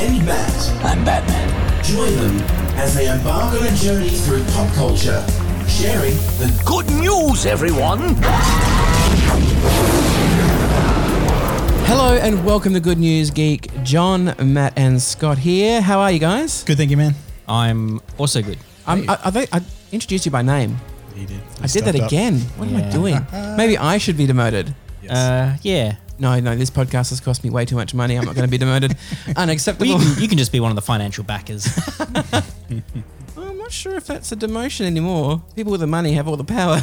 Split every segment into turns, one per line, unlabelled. Podcast.
I'm Batman.
Join them as they embark on a journey through pop culture, sharing the
Good news, everyone!
Hello and welcome to Good News Geek. John, Matt, and Scott here. How are you guys?
Good, thank you, man.
I'm also good.
Um, I, I, think I introduced you by name.
He did.
I did that again. What am I doing? Maybe I should be demoted.
Uh, yeah.
No, no, this podcast has cost me way too much money. I'm not going to be demoted.
Well,
Unacceptable.
you, can, you can just be one of the financial backers.
I'm not sure if that's a demotion anymore. People with the money have all the power.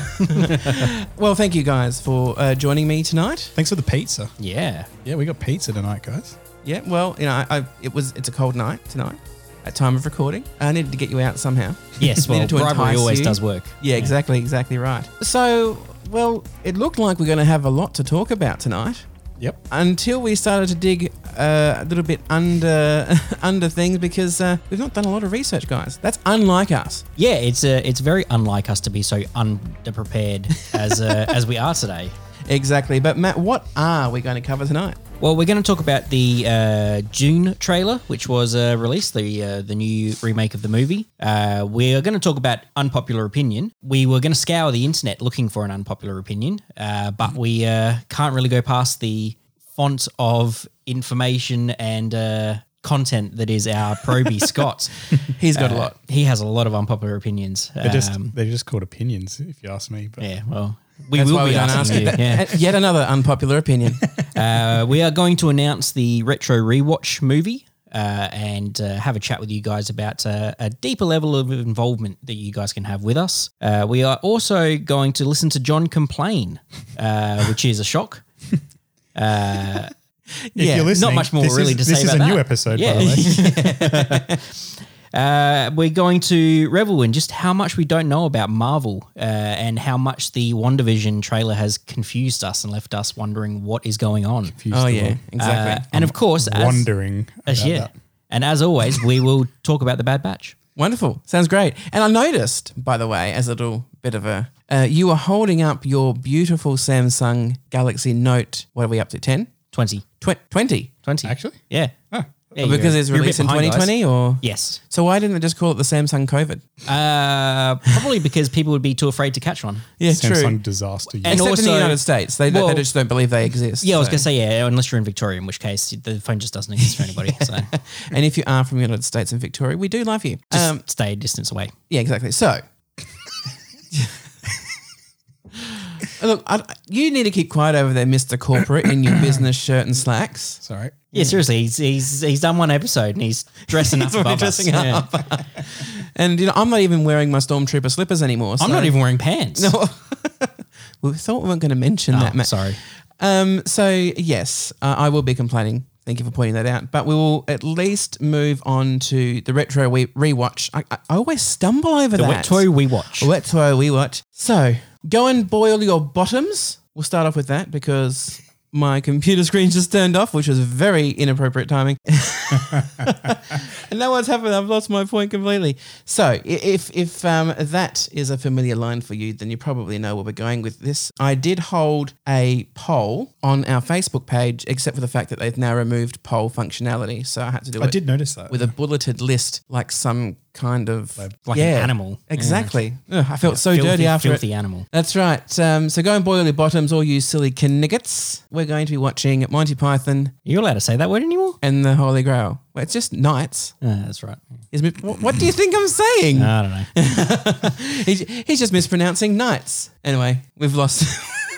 well, thank you guys for uh, joining me tonight.
Thanks for the pizza.
yeah.
Yeah, we got pizza tonight, guys.
Yeah, well, you know, I, I, it was it's a cold night tonight. At time of recording, I needed to get you out somehow.
Yes, well,
Needed to
bribery
entice
always
you.
does work.
Yeah, exactly, exactly right. So, well, it looked like we're going to have a lot to talk about tonight
Yep.
until we started to dig uh, a little bit under under things because uh, we've not done a lot of research, guys. That's unlike us.
Yeah, it's uh, it's very unlike us to be so underprepared as uh, as we are today.
Exactly. But Matt, what are we going to cover tonight?
Well, we're going to talk about the uh, June trailer, which was uh, released, the uh, the new remake of the movie. Uh, we're going to talk about unpopular opinion. We were going to scour the internet looking for an unpopular opinion, uh, but we uh, can't really go past the font of information and uh, content that is our Proby Scott. Uh,
He's got a lot.
He has a lot of unpopular opinions.
They're just
Um,
they're just called opinions, if you ask me. But
yeah, well. We
That's
will
why
be
we don't ask
asking you.
it.
Yeah.
And Yet another unpopular opinion.
Uh, we are going to announce the retro rewatch movie uh, and uh, have a chat with you guys about uh, a deeper level of involvement that you guys can have with us. Uh, we are also going to listen to John complain, uh, which is a shock. Uh,
if
yeah,
you're listening,
not much more
this
really
is,
to
this
say
is
about
a new
that.
episode,
Yeah.
by the way.
Uh, we're going to revel in just how much we don't know about Marvel uh, and how much the WandaVision trailer has confused us and left us wondering what is going on.
oh yeah,
Uh,
exactly.
and of course, as,
Wondering.
as-
about
yeah.
that.
And as always, we will talk about the Bad Batch.
Wonderful. Sounds great. And I noticed, by the way, as a little bit of a, uh, you were holding up your beautiful Samsung Galaxy Note. What are we up to? 10?
20.
Twen- 20?
20.
Actually?
Yeah. Yeah, you're-
because it's
you're a bit
released in
behind, guys.
2020 or?
Yes.
So why didn't they just call it the Samsung COVID?
Uh, probably because people would be too afraid to catch one.
Yeah,
Samsung disaster.
And-
use.
Except in the
also-
United States. They, don't-
Well-
they just don't believe they exist.
Yeah, I was
so-
going to say, yeah, unless you're in Victoria, in which case the phone just doesn't exist for anybody. So
And if you are from the United States and Victoria, we do love you.
just
Um,
stay a distance away.
yeah, exactly. So. Look, I, you need to keep quiet over there, Mr. Corporate, in your business shirt and slacks.
Sorry.
Yeah, seriously, he's, he's he's done one episode and he's dressing up
He's already
above us.
dressing
Yeah.
up. And you know, I'm not even wearing my stormtrooper slippers anymore.
I'm
so-
not even wearing pants. No,
We thought we weren't going to mention that, Matt.
Ah, sorry.
Um, so yes, uh, I will be complaining. Thank you for pointing that out. But we will at least move on to the retro we- rewatch. I, I, I always stumble over
The
that.
wet toy we watch.
retro rewatch. So go and boil your bottoms. We'll start off with that because my computer screen just turned off, which was very inappropriate timing. and now what's happened? I've lost my point completely. So i- if if um, that is a familiar line for you, then you probably know where we're going with this. I did hold a poll on our Facebook page, except for the fact that they've now removed poll functionality. So I had to do
I
it
did notice that.
with a bulleted list, like some kind of
like an animal.
Exactly. Ugh, I felt so
filthy,
dirty after
filthy
it.
animal.
That's right. Um, so go and boil your bottoms, all you silly kniggets. We're going to be watching Monty Python
You're allowed to say that word anymore?
and the Holy Grail. Well, it's just knights.
Uh, that's right.
He's mi- wh- what do you think I'm saying?
I don't know.
He's, he's just mispronouncing knights. Anyway, we've lost.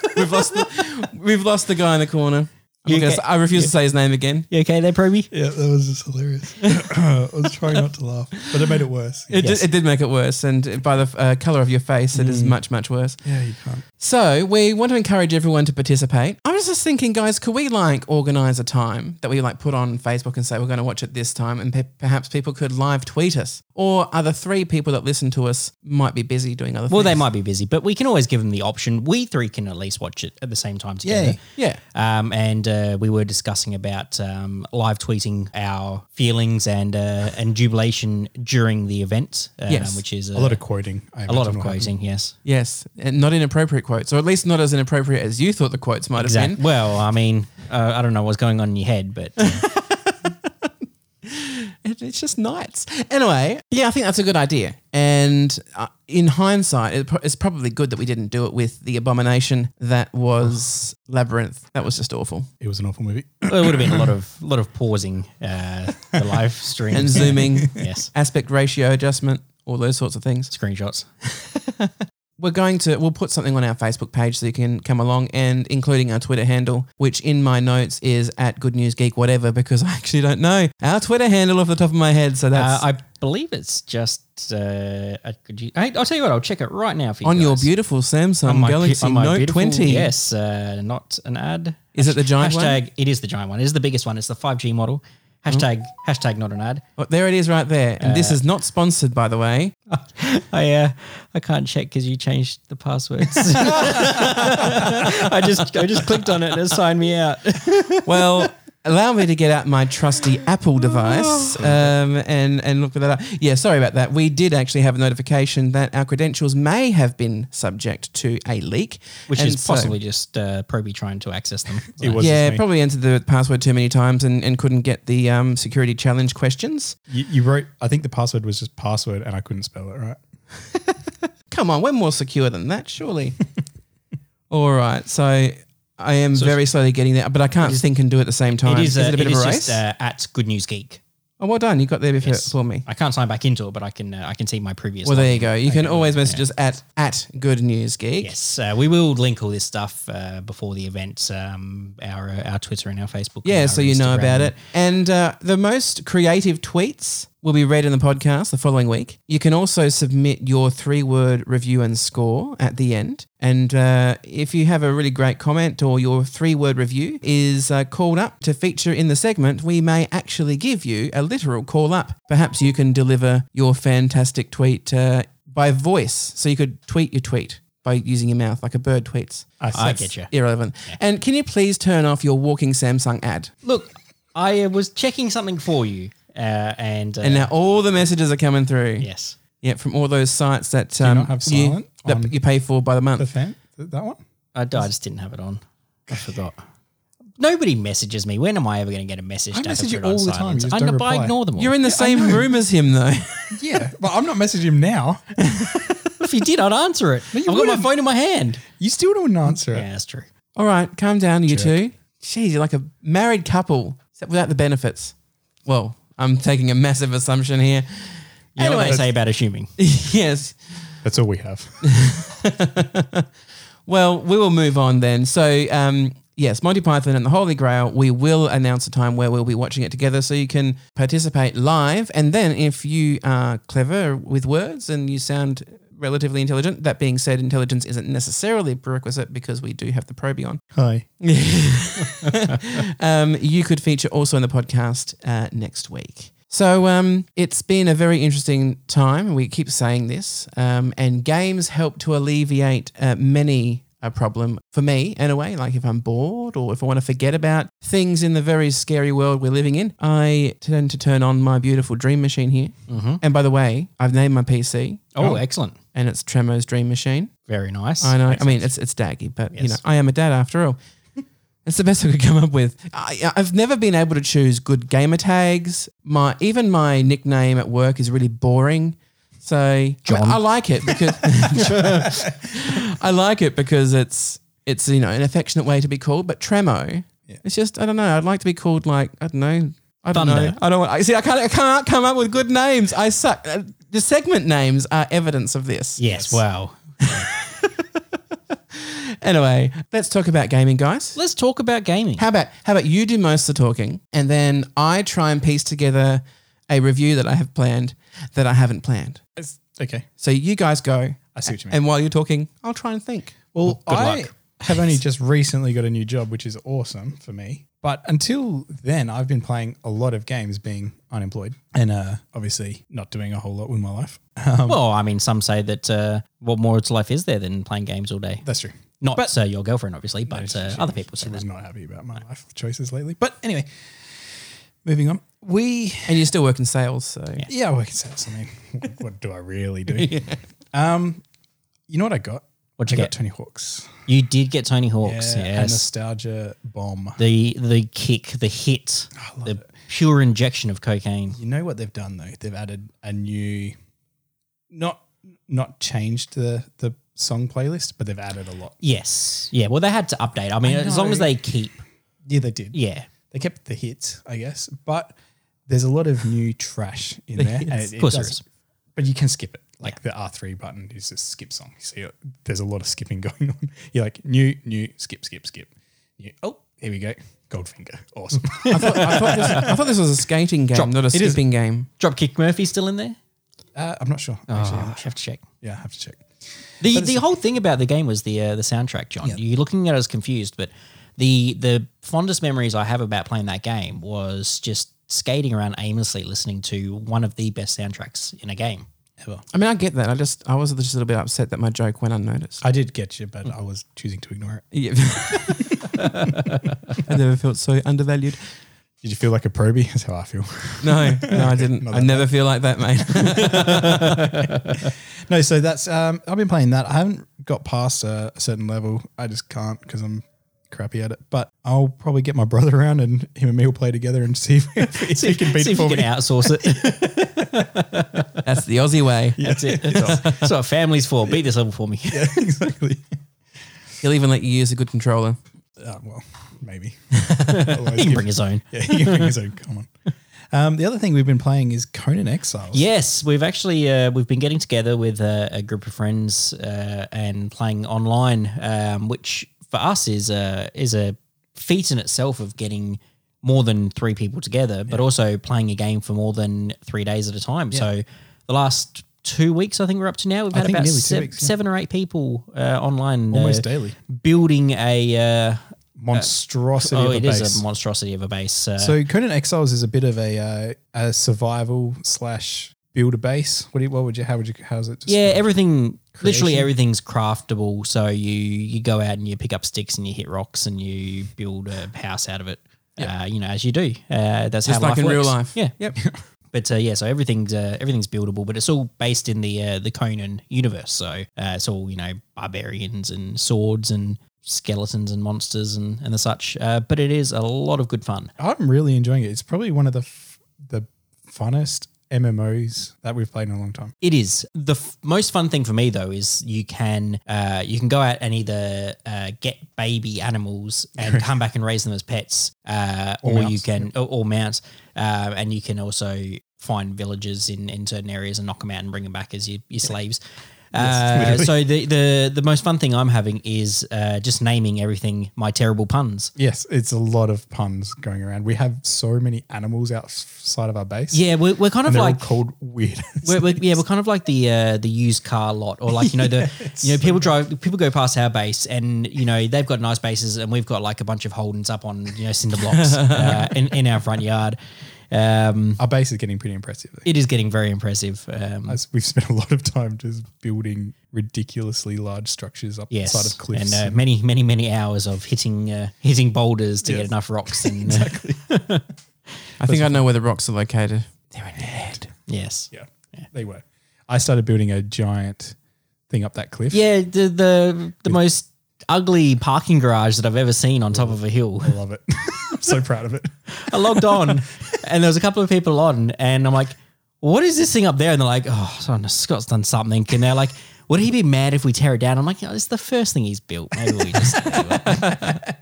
we've lost. The, we've lost the guy in the corner. I'm
You
gonna
get-
s- I refuse to say his name again.
You okay there, Proby?
yeah, that was just hilarious. I was trying not to laugh, but it made it worse.
It, did, it did make it worse, and by the uh, color of your face, it
Mm.
is much, much worse.
yeah, you can't.
So we want to encourage everyone to participate. I was just thinking, guys, could we like organize a time that we like put on Facebook and say we're going to watch it this time, and pe- perhaps people could live tweet us, or other three people that listen to us might be busy doing other
Well,
things.
they might be busy, but we can always give them the option. We three can at least watch it at the same time together.
Yeah.
Um, and uh, we were discussing about um, live tweeting our feelings and uh, and jubilation during the event, um,
Yes.
which is
A lot of quoting. I
a lot
imagine
of
will happen.
quoting. Yes,
Yes, and not inappropriate quotes, or at least not as inappropriate as you thought the quotes might have
exactly.
been.
Well, I mean, uh, I don't know what's going on in your head, but uh,
It it's just nights. Anyway, yeah, I think that's a good idea. And uh, in hindsight, it pro- it's probably good that we didn't do it with the abomination that was Labyrinth. That was just awful.
It was an awful movie.
There would have been a lot of lot of pausing uh, the live stream
And zooming,
Yes,
aspect ratio adjustment, all those sorts of things.
screenshots.
We're going to we'll put something on our Facebook page so you can come along, and including our Twitter handle, which in my notes is at Good News Geek whatever because I actually don't know our Twitter handle off the top of my head. So
Uh,
that's
I believe it's just. Uh, uh, could you, I, I'll tell you what. I'll check it right now for you.
on your
guys.
beautiful Samsung
On my bu-
Galaxy
on my
Note
beautiful-
20.
Yes, uh, not an ad.
Is it the giant one?
hashtag? It is the giant one. Hmm. It is the biggest one. It's the five G model. Hashtag hashtag not an ad.
Well, Oh, there it is right there. And this is not sponsored, by the way.
I uh, I can't check because you changed the passwords. I just I just clicked on it and it signed me out.
Well, allow me to get out my trusty Apple device
Oh.
um, and, and look that up. Yeah, sorry about that. We did actually have a notification that our credentials may have been subject to a leak.
Which
And
is
so-
possibly just uh, Proby trying to access them.
It was
yeah,
just me.
probably entered the password too many times and, and couldn't get the um, security challenge questions.
You, you wrote. I think the password was just password, and I couldn't spell it right.
Come on, we're more secure than that, surely. All right, so I am very slowly getting there, but I can't think and do at the same time.
It is, uh,
it a bit
it
of a
is
race?
just uh, at Good News Geek.
oh, well done. You got there before
Yes.
for me.
I can't sign back into it, but I can uh, I can see my previous.
Well, there
login.
you go. You can always message us at at Good News Geek.
Yes, uh, we will link all this stuff uh, before the event. Um, our uh, our Twitter and our Facebook.
Yeah,
and
so
our
you know
Instagram.
about it. And uh, the most creative tweets will be read in the podcast the following week. You can also submit your three word review and score at the end. And uh, if you have a really great comment or your three word review is uh, called up to feature in the segment, we may actually give you a literal call up. Perhaps you can deliver your fantastic tweet uh, by voice. So you could tweet your tweet by using your mouth like a bird tweets.
Oh,
I get you.
Irrelevant. And can you please turn off your walking Samsung ad?
Look, I uh, was checking something for you, uh, and, uh,
And now all the messages are coming through. Yeah,
yes,
from all those sites that
you
um,
not have silent
you,
on-
that you pay for by the
The
month.
fan, th- that one.
I, I just didn't have it on. I forgot. Nobody messages me. When am I ever going to get a message?
I
to have to
message
put
you
it on
all the time. You
silence?
just
I,
don't
I
reply.
ignore them. All.
You're in the same room as him, though.
Yeah, but I'm not messaging him now.
if you did, I'd answer it. I've got my
wouldn't.
phone in my hand.
You still don't answer it.
Yeah, that's true.
all right, calm down, you two. Jeez, you're like a married couple, except without the benefits. Well, I'm taking a massive assumption here.
You know what they
Anyway.
say about assuming.
yes.
That's all we have.
Well, we will move on then. So, um, yes, Monty Python and the Holy Grail, we will announce a time where we'll be watching it together so you can participate live. And then if you are clever with words and you sound relatively intelligent, that being said, intelligence isn't necessarily a prerequisite because we do have the Proby on.
Hi.
Um, you could feature also in the podcast uh, next week. So um, it's been a very interesting time. and We keep saying this, um, and games help to alleviate uh, many a problem for me in a way. Like if I'm bored or if I want to forget about things in the very scary world we're living in, I tend to turn on my beautiful dream machine here. And by the way, I've named my PC,
Oh, excellent.
and it's Tremo's Dream Machine.
Very nice.
I know. I mean, it's it's daggy, but you know,
Yes.
I am a dad after all. It's the best I could come up with. I, I've never been able to choose good gamer tags. My even my nickname at work is really boring. So I-
John.
I, like it because I like it because it's it's you know an affectionate way to be called. But Tremo, it's just I don't know. I'd like to be called like I don't know. I don't know.
Thunder.
I don't want. I see. I can't. I can't come up with good names. I suck. Uh, The segment names are evidence of this.
Yes. Wow.
Anyway, let's talk about gaming, guys.
Let's talk about gaming.
How about how about you do most of the talking, and then I try and piece together a review that I have planned that I haven't planned.
Okay.
So you guys go.
I see what you mean.
And while you're talking, I'll try and think.
Uh, Well,
good
I
luck.
have only just recently got a new job, which is awesome for me. But until then, I've been playing a lot of games, being unemployed, and uh, obviously not doing a whole lot with my life. Um,
Well, I mean, some say that uh, what more to life is there than playing games all day?
that's true.
Not uh, your girlfriend, obviously, but uh, other people say
I was
that.
not happy about my life choices lately. But anyway, moving on. We
And you still work in sales, so
yeah, we can say something. what, what do I really do? Um, you know what I got?
What'd you
I
get?
got Tony Hawk's.
You did get Tony
Yeah,
Hawk's,
a
yes.
nostalgia bomb.
The the kick, the hit, the pure injection of cocaine.
You know what they've done though? They've added a new, not not changed the the song playlist, but they've added a lot.
Yes. Yeah. Well, they had to update. I mean, as long as
know.
they keep.
Yeah, they did.
Yeah.
they kept the hits, I guess, but there's a lot of new trash in there. and
Of course there
doesn't-
is.
But you can skip it. Like the R3 button is a skip song. You see, it- there's a lot of skipping going on. You're like, new, new, skip, skip, skip. New, oh, here we go. Goldfinger. Awesome.
I thought, I, thought this, I thought this was a skating game, not a
It is.
skipping game.
Dropkick Murphy still in there?
uh, I'm not sure. Actually,
Oh,
I'm
I
not sure.
have to check.
Yeah, I have to check.
The the whole thing about the game was the uh, the soundtrack, John. You're looking at us confused, but the the fondest memories I have about playing that game was just skating around aimlessly, listening to one of the best soundtracks in a game ever.
I mean, I get that. I just, I was just a little bit upset that my joke went unnoticed.
I did get you, but
Hmm.
I was choosing to ignore it.
Yeah. I never felt so undervalued.
Did you feel like a probie? That's how I feel.
No, no, I didn't. I never feel like that, mate.
no, so that's, um, I've been playing that. I haven't got past a, a certain level. I just can't because I'm crappy at it. But I'll probably get my brother around and him and me will play together and see if, if he can beat
See
it
if
for
you can
me.
outsource it.
That's the Aussie way.
That's it. That's what, that's what family's for. Beat this level for me.
Yeah, exactly.
He'll even let you use a good controller.
Uh, well, maybe.
He can bring his own.
yeah, he can bring his own. Come on. Um, the other thing we've been playing is Conan Exiles.
Yes, we've actually uh, we've been getting together with uh, a, a group of friends uh, and playing online, um, which for us is a is a feat in itself of getting more than three people together, but also playing a game for more than three days at a time. So the last two weeks, I think we're up to now, we've had
think
about
nearly two
se-
weeks, yeah.
seven or eight people uh, online,
Almost
uh,
daily.
building a. Uh,
Monstrosity
oh,
of a
it
base.
is a monstrosity of a base. Uh,
So Conan Exiles is a bit of a uh, a survival slash build a base. What do you, what would you how would you how's it?
Yeah, everything. Literally
Creation.
everything's craftable. So you you go out and you pick up sticks and you hit rocks and you build a house out of it. Uh, you know, as you do. Uh, that's
Just
how
like
life
in real
works.
life.
Yeah.
Yep.
But uh, yeah, so everything's uh, everything's buildable, but it's all based in the uh, the Conan universe. So uh, it's all you know barbarians and swords and skeletons and monsters and and the such. Uh, but it is a lot of good fun.
I'm really enjoying it. It's probably one of the f- the funnest MMOs that we've played in a long time.
It is the f- most fun thing for me though is you can uh, you can go out and either uh, get baby animals and come back and raise them as pets, uh, or, you
mounts,
can or, or mounts, uh, and you can also find villages in, in certain areas and knock them out and bring them back as your, your slaves. Uh, so the, the the most fun thing I'm having is uh, just naming everything my terrible puns.
Yes, it's a lot of puns going around. We have so many animals outside of our base.
Yeah, we're, we're
and
kind of
they're
like
all called weird.
we're, we're, yeah, we're kind of like the uh, the used car lot, or like you know the you know people drive people go past our base, and you know they've got nice bases, and we've got like a bunch of holdings up on you know cinder blocks uh, in in our front yard. Um,
our base is getting pretty impressive.
it is getting very impressive. Um,
As we've spent a lot of time just building ridiculously large structures up
yes,
the side of cliffs.
and uh, many many many hours of hitting uh, hitting boulders to get
Yes.
enough rocks. And, uh,
I think I know where the rocks are located.
Yes.
yeah, they were. I started building a giant thing up that cliff.
Yeah. The the the most ugly parking garage that I've ever seen on top of a hill.
I love it. I'm so proud of it.
I logged on and there was a couple of people on and I'm like, what is this thing up there? And they're like, oh, son, Scott's done something. And they're like, would he be mad if we tear it down? I'm like, oh, it's the first thing he's built. Maybe we just do it.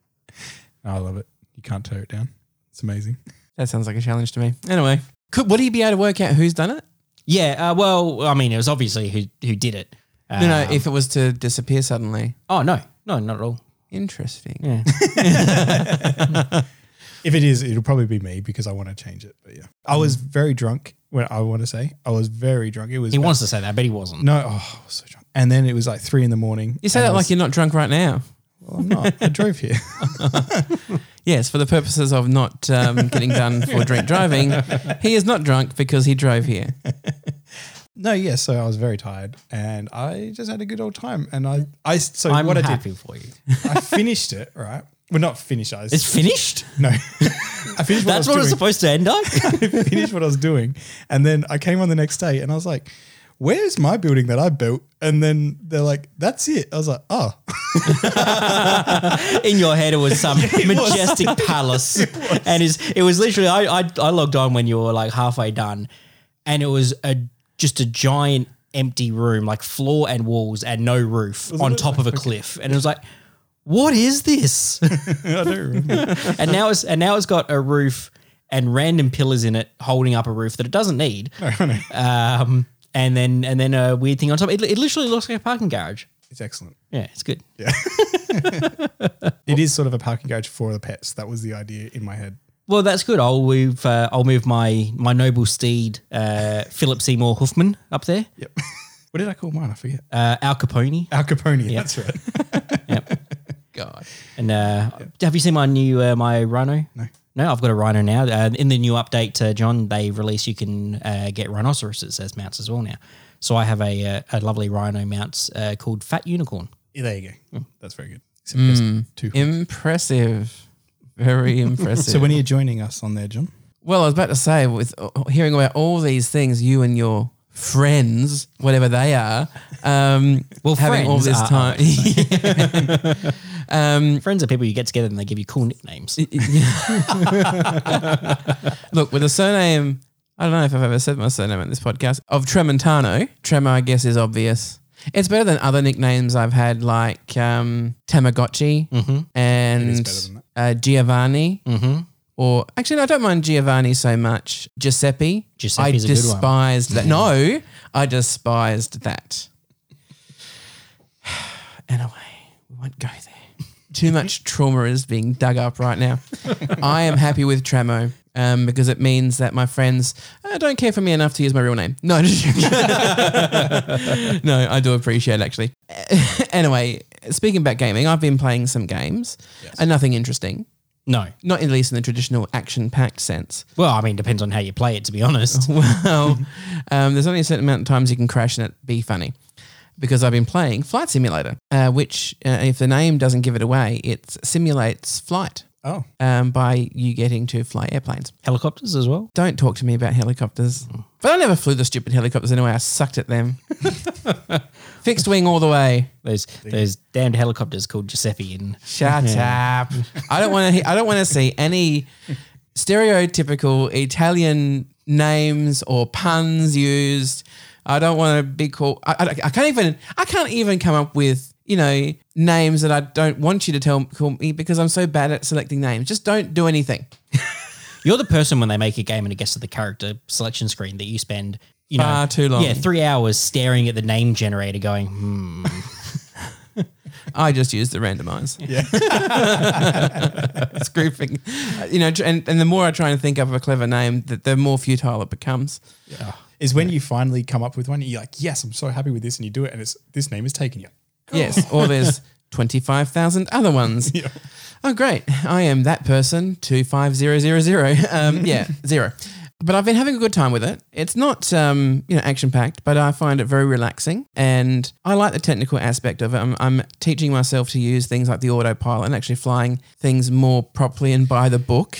I love it. You can't tear it down. It's amazing.
That sounds like a challenge to me. Anyway, could, would he be able to work out who's done it?
Yeah, uh, well, I mean, it was obviously who who did it. Uh,
No, no, if it was to disappear suddenly.
oh, no, no, not at all.
Interesting.
Yeah.
If it is, it'll probably be me because I want to change it. But yeah, I was very drunk. When I want to say, I was very drunk. It was
He wants to say that, but he wasn't.
no. Oh, I was so drunk. And then it was like three in the morning.
You say that like you're not drunk right now.
well, I'm not. I drove here.
Yes, for the purposes of not um, getting done for drink driving, he is not drunk because he drove here.
No, yeah. So I was very tired, and I just had a good old time. And I, I so
I'm
what I
happy
did,
for you.
I finished it. Right, well, not finished. I
It's finished?
no. I finished. What
That's
I was
what
doing.
it's supposed to end on?
I finished what I was doing, and then I came on the next day, and I was like, where's my building that I built? And then they're like, that's it. I was like, oh,
In your head, it was some majestic palace, and is it was literally I, I I logged on when you were like halfway done, and it was a just a giant empty room, like floor and walls and no roof on top of a cliff, and it was like, what is this?
I don't remember.
and now it's and now it's got a roof and random pillars in it holding up a roof that it doesn't need. Um, and then and then a weird thing on top. It, it literally looks like a parking garage.
it's excellent.
Yeah, it's good.
It is sort of a parking garage for the pets. That was the idea in my head.
Well, that's good. I'll move. Uh, I'll move my my noble steed, uh, Philip Seymour Hoffman, up there.
Yep. what did I call mine? I forget.
Uh, Al Capone.
Al Capone. That's right.
God.
And uh, have you seen my new uh, my rhino?
No.
No, I've got a rhino now. Uh, in the new update, uh, John, they release you can uh, get rhinoceroses as mounts as well now. So I have a, uh, a lovely rhino mount uh, called Fat Unicorn.
Yeah, there you go. Oh, Mm. That's very good. Except there's two.
Impressive. Very impressive.
so when are you joining us on there, John?
Well, I was about to say, with uh, hearing about all these things, you and your friends, whatever they are, um,
Well,
having all this
friends are
time.
Friends are people you get together and they give you cool nicknames.
Look, with a surname, I don't know if I've ever said my surname on this podcast, of Tremantano. Tremor, I guess, is obvious. It's better than other nicknames I've had, like um, Tamagotchi
Mm-hmm.
and
better than
uh, Giovanni. Mm-hmm. Or actually, no, I don't mind Giovanni so much. Giuseppe.
Giuseppe's
I
a good one.
despised that. No, I despised that. Anyway, we won't go there. Too much trauma is being dug up right now. I am happy with Tramo um, because it means that my friends uh, don't care for me enough to use my real name. No, just joking. no, I do appreciate it, actually. anyway, speaking about gaming, I've been playing some games and nothing interesting.
No.
Not at least in the traditional action-packed sense.
Well, I mean, depends on how you play it, to be honest.
Well, um, there's only a certain amount of times you can crash and it be funny. Because I've been playing Flight Simulator, uh, which, uh, if the name doesn't give it away, it simulates flight
Oh,
um, by you getting to fly airplanes.
Helicopters as well.
Don't talk to me about helicopters. But I never flew the stupid helicopters anyway. I sucked at them. Fixed wing all the way.
Those those damned helicopters called Giuseppe and
Shut up. I don't want to. I don't want to see any stereotypical Italian names or puns used. I don't want to be called. I, I, I can't even. I can't even come up with you know names that I don't want you to tell call me because I'm so bad at selecting names. Just don't do anything.
You're the person when they make a game and it gets to the character selection screen that you spend, you know,
Far too long.
Yeah, three hours staring at the name generator, going, hmm,
I just use the randomize. Yeah. it's grouping. Uh, You know, tr- and, and the more I try and think of a clever name, the, the more futile it becomes.
is when you finally come up with one. You're like, yes, I'm so happy with this, and you do it, and it's this name is taken. You.
Yes. Or there's 25,000 other ones. Oh, great. I am that person, 25000. Um, yeah, zero. But I've been having a good time with it. It's not, um, you know, action packed, but I find it very relaxing, and I like the technical aspect of it. I'm, I'm teaching myself to use things like the autopilot and actually flying things more properly and by the book.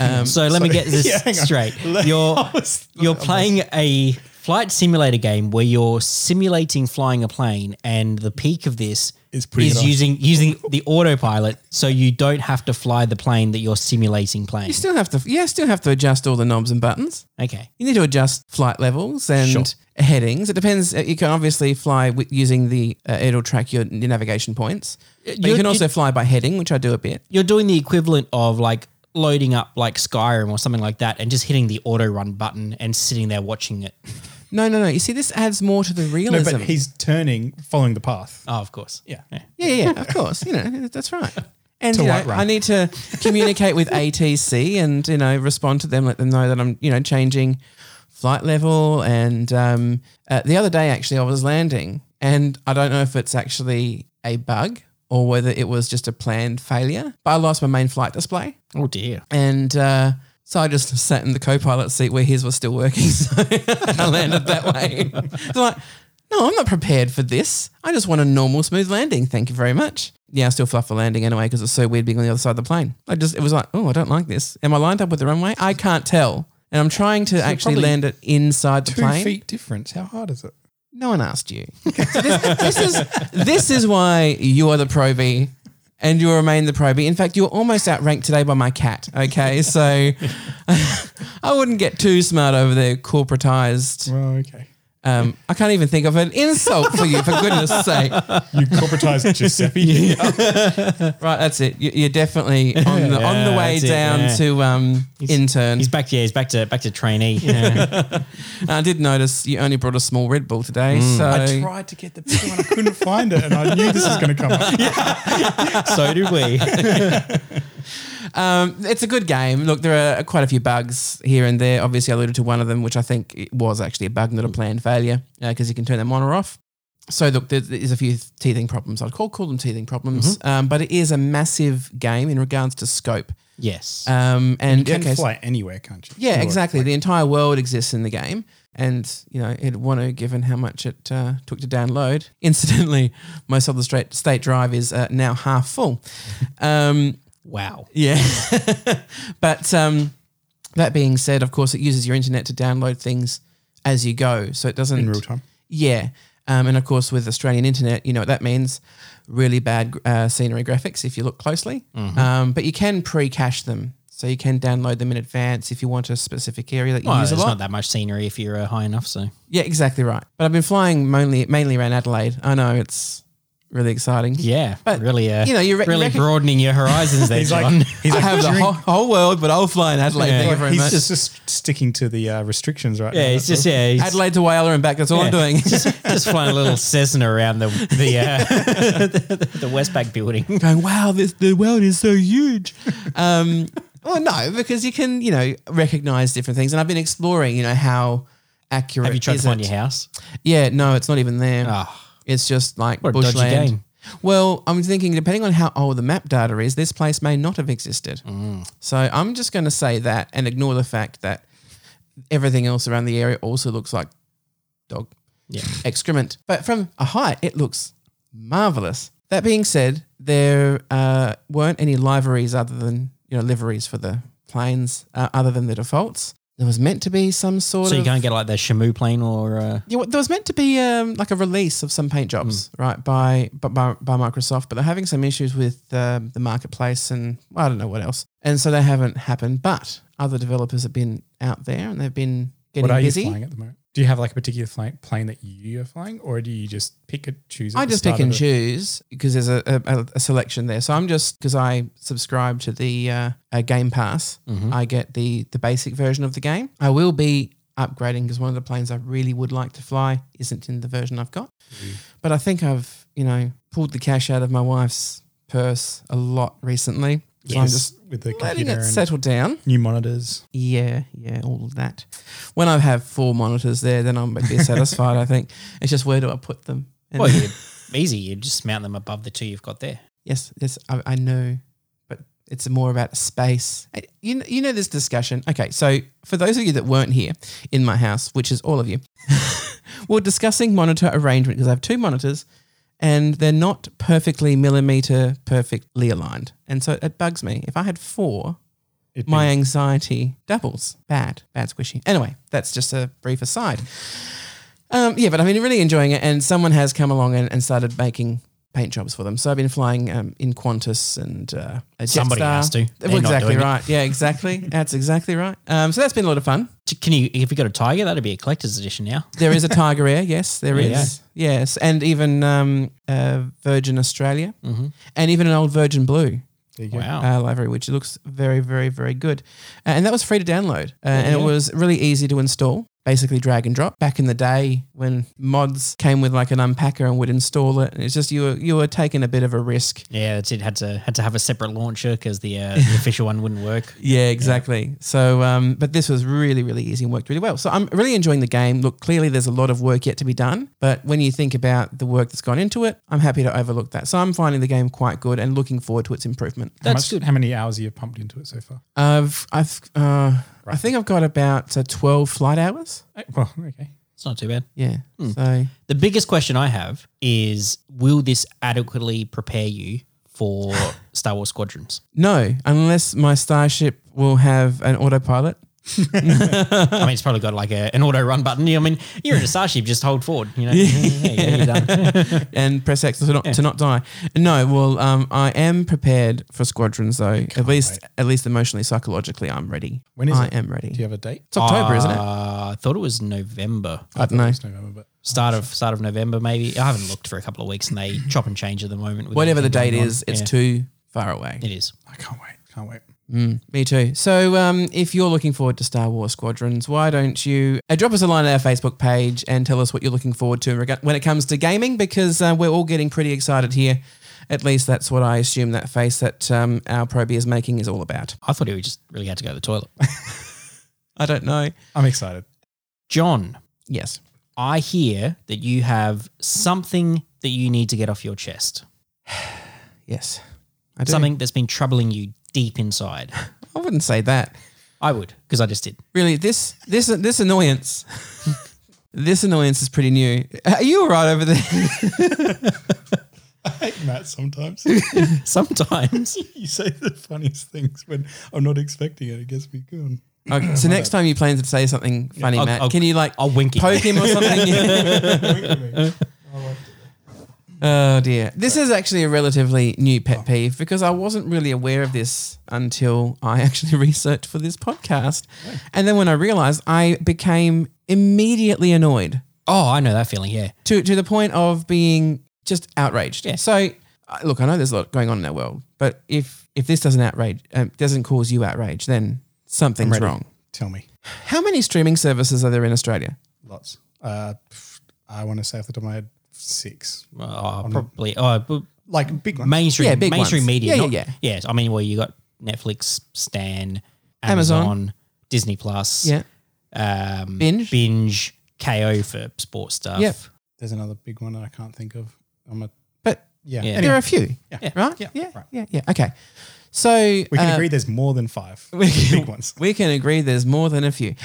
Um,
So let me get this
Yeah, hang on.
straight.
Let-
You're
I was-
you're playing a flight simulator game where you're simulating flying a plane, and the peak of this
Is putting it on.
using using the autopilot, so you don't have to fly the plane that you're simulating playing.
you still have to, yeah, still have to adjust all the knobs and buttons.
Okay.
You need to adjust flight levels and
Sure.
headings. It depends. uh, You can obviously fly with, using the uh, it'll track your, your navigation points. But you
you're-
can also
you-
fly by heading, which I do a bit.
You're doing the equivalent of like loading up like Skyrim or something like that, and just hitting the auto run button and sitting there watching it.
No, no, no. You see, this adds more to the
No,
realism.
but he's turning, following the path.
Oh, of course.
Yeah.
yeah, yeah, yeah, of course. You know, that's right. And
To
you know,
white run.
I need to communicate with ATC and you know respond to them, let them know that I'm you know changing flight level. And um, uh, the other day, actually, I was landing, and I don't know if it's actually a bug or whether it was just a planned failure. But I lost my main flight display.
Oh dear.
And uh, so I just sat in the co pilot seat where his was still working. So I landed that way. So like, no, I'm not prepared for this. I just want a normal, smooth landing. Thank you very much. Yeah, I still fluff the landing anyway because it's so weird being on the other side of the plane. I just, it was like, oh, I don't like this. Am I lined up with the runway? I can't tell. And I'm trying to actually
probably
land it inside the
Two
plane.
feet difference. How hard is it?
No one asked you. So this, this is this is why you are the probie, and you will remain the probie. In fact, you're almost outranked today by my cat. Okay, so I wouldn't get too smart over there, corporatized.
Well, Oh, okay.
Um, I can't even think of an insult for you, for goodness sake. Right,
You corporatized Giuseppe.
that's it. You- You're definitely on the, on the
Yeah,
way
that's it,
down
yeah.
to um, intern.
He's back. Yeah, he's back to back to trainee.
I did notice you only brought a small Red Bull today, so
I tried to get the picture and I couldn't find it, and I knew this was going to come up.
so do we.
Um, it's a good game. Look, there are quite a few bugs here and there. Obviously, I alluded to one of them, which I think it was actually a bug, not a planned failure, because you can turn them on or off. So, look, there's, there's a few teething problems. I'd call call them teething problems,
Mm-hmm.
um, but it is a massive game in regards to scope.
Yes.
Um, and
You can
okay, so-
fly anywhere, can't you?
yeah,
Or-
exactly. The entire world exists in the game. And, you know, it want to, given how much it uh, took to download. Incidentally, my Southern State, State Drive is uh, now half full. Um,
wow.
yeah. but um, that being said, of course, it uses your internet to download things as you go. So it doesn't.
in real time.
Yeah. Um, and of course, with Australian internet, you know what that means really bad uh, scenery graphics if you look closely.
Mm-hmm.
Um, but you can pre cache them. So you can download them in advance if you want a specific area that you
Well,
use
there's
a lot.
not that much scenery if you're uh, high enough. So
Yeah, exactly right. But I've been flying mainly mainly around Adelaide. I know it's really exciting.
yeah,
But,
really, uh,
you know, you re- you
really
reckon-
broadening your horizons there,
He's
John.
like, he's
I
like,
have the
during-
whole, whole world, but I'll fly in Adelaide.
Yeah.
Thank you very
he's
much.
just, just sticking to the uh, restrictions right now.
yeah, it's
that's
just yeah, he's,
Adelaide to Whaler and back. That's all I'm
yeah,
doing.
just, just flying a little Cessna around the the uh, the, the Westpac building.
going, wow, this the world is so huge. Um, well, no, because you can, you know, recognize different things. And I've been exploring, you know, how accurate.
Have you tried
is
to find
it?
your house?
Yeah, no, it's not even there. It's just like
Ah. What a dodgy
bushland.
game.
Well, I'm thinking, depending on how old the map data is, this place may not have existed.
Mm.
So I'm just going to say that and ignore the fact that everything else around the area also looks like dog
Yeah.
excrement. But from a height, it looks marvelous. That being said, there uh, weren't any liveries other than you know liveries for the planes uh, other than the defaults. There was meant to be some sort
So you
of
can't get like the Shamu plane or uh,
yeah, well, there was meant to be um, like a release of some paint jobs,
Hmm.
right, by, by by by Microsoft, but they're having some issues with um, the marketplace and well, I don't know what else, and so they haven't happened. But other developers have been out there and they've been getting
What are
busy.
you flying at the moment? Do you have like a particular fly- plane that you are flying, or do you just pick and choose? at
I
the
just
start
pick and
of the-
choose because there's a, a, a selection there. So I'm just because I subscribe to the uh, uh, Game Pass,
Mm-hmm.
I get the the basic version of the game. I will be upgrading because one of the planes I really would like to fly isn't in the version I've got.
Mm-hmm.
But I think I've you know pulled the cash out of my wife's purse a lot recently. So I'm
Yes,
just
with the
letting
computer
it
and
settle down.
new monitors.
Yeah, yeah, all of that. When I have four monitors there, then I'm a bit satisfied. I think it's just where do I put them? And-
well, you easy. You just mount them above the two you've got there.
Yes, yes, I, I know, but it's more about space. I- You know, you know this discussion. Okay, so for those of you that weren't here in my house, which is all of you, we're discussing monitor arrangement because I have two monitors, and they're not perfectly millimeter perfectly aligned, and so it bugs me. If I had four,
It'd
my
be-
anxiety doubles. Bad, bad squishy. Anyway, that's just a brief aside. Um, yeah, but I've been really enjoying it, and someone has come along and, and started making paint jobs for them. So I've been flying um, in Qantas and uh, a
Somebody
Jetstar.
has to. They're not
exactly
doing it.
right. Yeah, exactly. that's exactly right. Um, so that's been a lot of fun.
Can you? If you got a tiger, that'd be a collector's edition now.
There is a Tiger Air, yes, there is,
Oh, Yeah.
yes, and even um, uh, Virgin Australia,
Mm-hmm.
and even an old Virgin Blue.
there you go.
Wow.
uh, library, which looks very, very, very good. Uh, and that was free to download. Uh, and it was really easy to install, basically drag and drop. Back in the day when mods came with like an unpacker and would install it, and it's just you were, you were taking a bit of a risk.
yeah, that's it. Had to had to have a separate launcher because the, uh, the official one wouldn't work.
Yeah, exactly. So, um, but this was really, really easy and worked really well. So I'm really enjoying the game. Look, clearly there's a lot of work yet to be done, but when you think about the work that's gone into it, I'm happy to overlook that. So I'm finding the game quite good and looking forward to its improvement.
How,
That's
much,
good.
how many hours you have pumped into it so far?
I've, I've, uh, I think I've got about uh, 12 flight hours.
Eh, Well, okay.
It's not too bad.
Yeah.
Hmm.
So
The biggest question I have is: Will this adequately prepare you for Star Wars Squadrons?
no, unless my starship will have an autopilot
I mean, it's probably got like a, an auto run button. I mean, you're in a starship, just hold forward. You know, yeah, you're done.
and press X to not, to not die. No, well, um, I am prepared for squadrons though. At least, at least emotionally, psychologically, I'm ready.
When is
I
it?
am ready.
Do you have a date?
It's October, isn't it?
Uh, I thought it was November,
I don't know.
It's November, but
start of start of November maybe. I haven't looked for a couple of weeks, and they chop and change at the moment. with
Whatever the
everything
date
going on.
is, it's
Yeah,
too far away.
It is.
I can't wait. Can't wait.
Me too. So, um, if you're looking forward to Star Wars Squadrons, why don't you uh, drop us a line at our Facebook page and tell us what you're looking forward to in reg- when it comes to gaming? Because uh, we're all getting pretty excited here. At least that's what I assume that face that um, our Proby is making is all about.
I thought he just really had to go to the toilet.
I don't know.
I'm excited.
John,
Yes.
I hear that you have something that you need to get off your chest.
Yes. I do.
Something that's been troubling you deep inside.
I wouldn't say that.
I would, because I just did.
Really, this this this annoyance, this annoyance is pretty new. Are you all right over there?
Matt, sometimes
Sometimes.
you say the funniest things when I'm not expecting it. It gets me going.
Okay, so next time you plan to say something funny,
I'll-
Matt,
I'll-
can you like
I'll wink at
poke him or something? oh dear, this is actually a relatively new pet peeve because I wasn't really aware of this until I actually researched for this podcast, and then when I realised, I became immediately annoyed.
Oh, I know that feeling, yeah.
to to the point of being just outraged.
Yeah.
So uh, look, I know there's a lot going on in that world, but if if this doesn't outrage, um, doesn't cause you outrage, then something's wrong.
Tell me.
How many streaming services are there in Australia?
Lots. Uh, pff, I want to say off the top of my head, six.
Oh, probably. Oh, but
Like big ones.
mainstream,
Yeah, big
mainstream
ones.
media.
Yeah,
not-
yeah, yeah.
Yes, I mean, well, you got Netflix, Stan,
Amazon.
Amazon, Disney Plus,
Yeah,
um,
Binge.
Binge, KO for sports stuff.
Yep.
There's another big one that I can't think of. I'm a
but
yeah.
Yeah.
there are
Anyway,
a few,
Yeah.
right?
Yeah,
yeah,
right.
yeah, yeah. Okay, so we
we can agree there's more than five big ones.
uh, We can agree there's more than a few.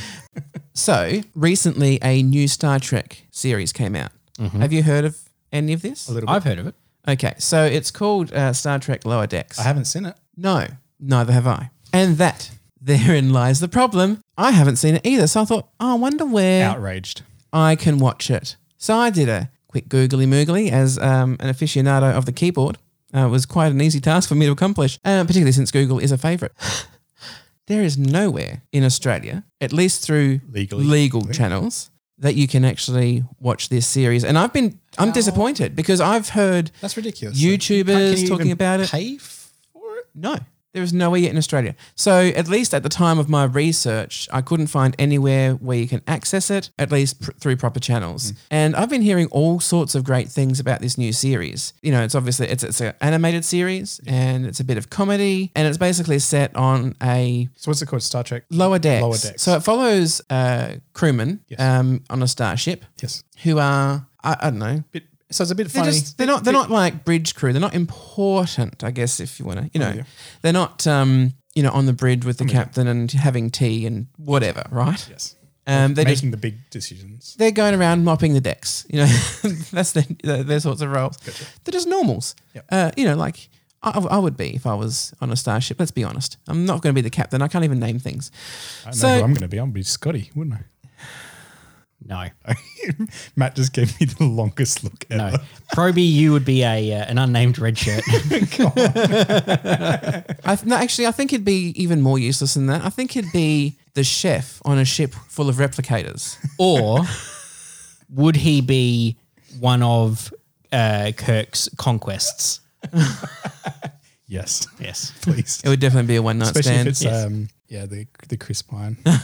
so recently, a new Star Trek series came out.
Mm-hmm.
Have you heard of any of this?
little
I've heard of it.
Okay, so it's called uh, Star Trek Lower Decks.
Oh. I haven't seen it.
No, neither have I. And that, therein lies the problem. I haven't seen it either. So I thought, oh, I wonder where
Outraged.
I can watch it. So I did a quick googly moogly as um, an aficionado of the keyboard. Uh, it was quite an easy task for me to accomplish, uh, particularly since Google is a favorite. there is nowhere in Australia, at least through
Legally.
legal channels, that you can actually watch this series. And I've been, I'm disappointed because I've heard
That's ridiculous.
YouTubers talking about it.
Pay for it.
No, there is nowhere yet in Australia. So, at least at the time of my research, I couldn't find anywhere where you can access it, at least pr- through proper
Hmm.
channels. And I've been hearing all sorts of great things about this new series. You know, it's obviously it's it's an animated series, and it's a bit of comedy, and it's basically set on a
So what's it called? Star Trek.
lower decks.
Lower decks.
So it follows uh, crewmen
Yes.
um, on a starship
yes.
who are I, I don't know.
Bit, so it's a bit
They're
funny.
just they're not they're not like bridge crew. They're not important, I guess, if you want to, you know.
yeah.
They're not um, you know, on the bridge with the captain and having tea and whatever, right?
yes.
Um they're just
Making the big decisions.
they're going around mopping the decks, you know. That's their, their, their sorts of roles. They're just normals.
Yep.
Uh, you know, like I, I would be if I was on a starship. Let's be honest. I'm not going to be the captain. I can't even name things.
I know
So-
who I'm going to be. I'm going to be Scotty, wouldn't
No,
I? Matt just gave me the longest look
no.
ever.
Proby, you would be a uh, an unnamed red shirt.
I th- no, actually, I think it'd be even more useless than that. I think it'd be the chef on a ship full of replicators.
or would he be one of uh, Kirk's conquests?
Yes.
Yes.
Please.
It would definitely be a one night
Especially
stand.
if it's
Yes.
um yeah the the Chris Pine.
No,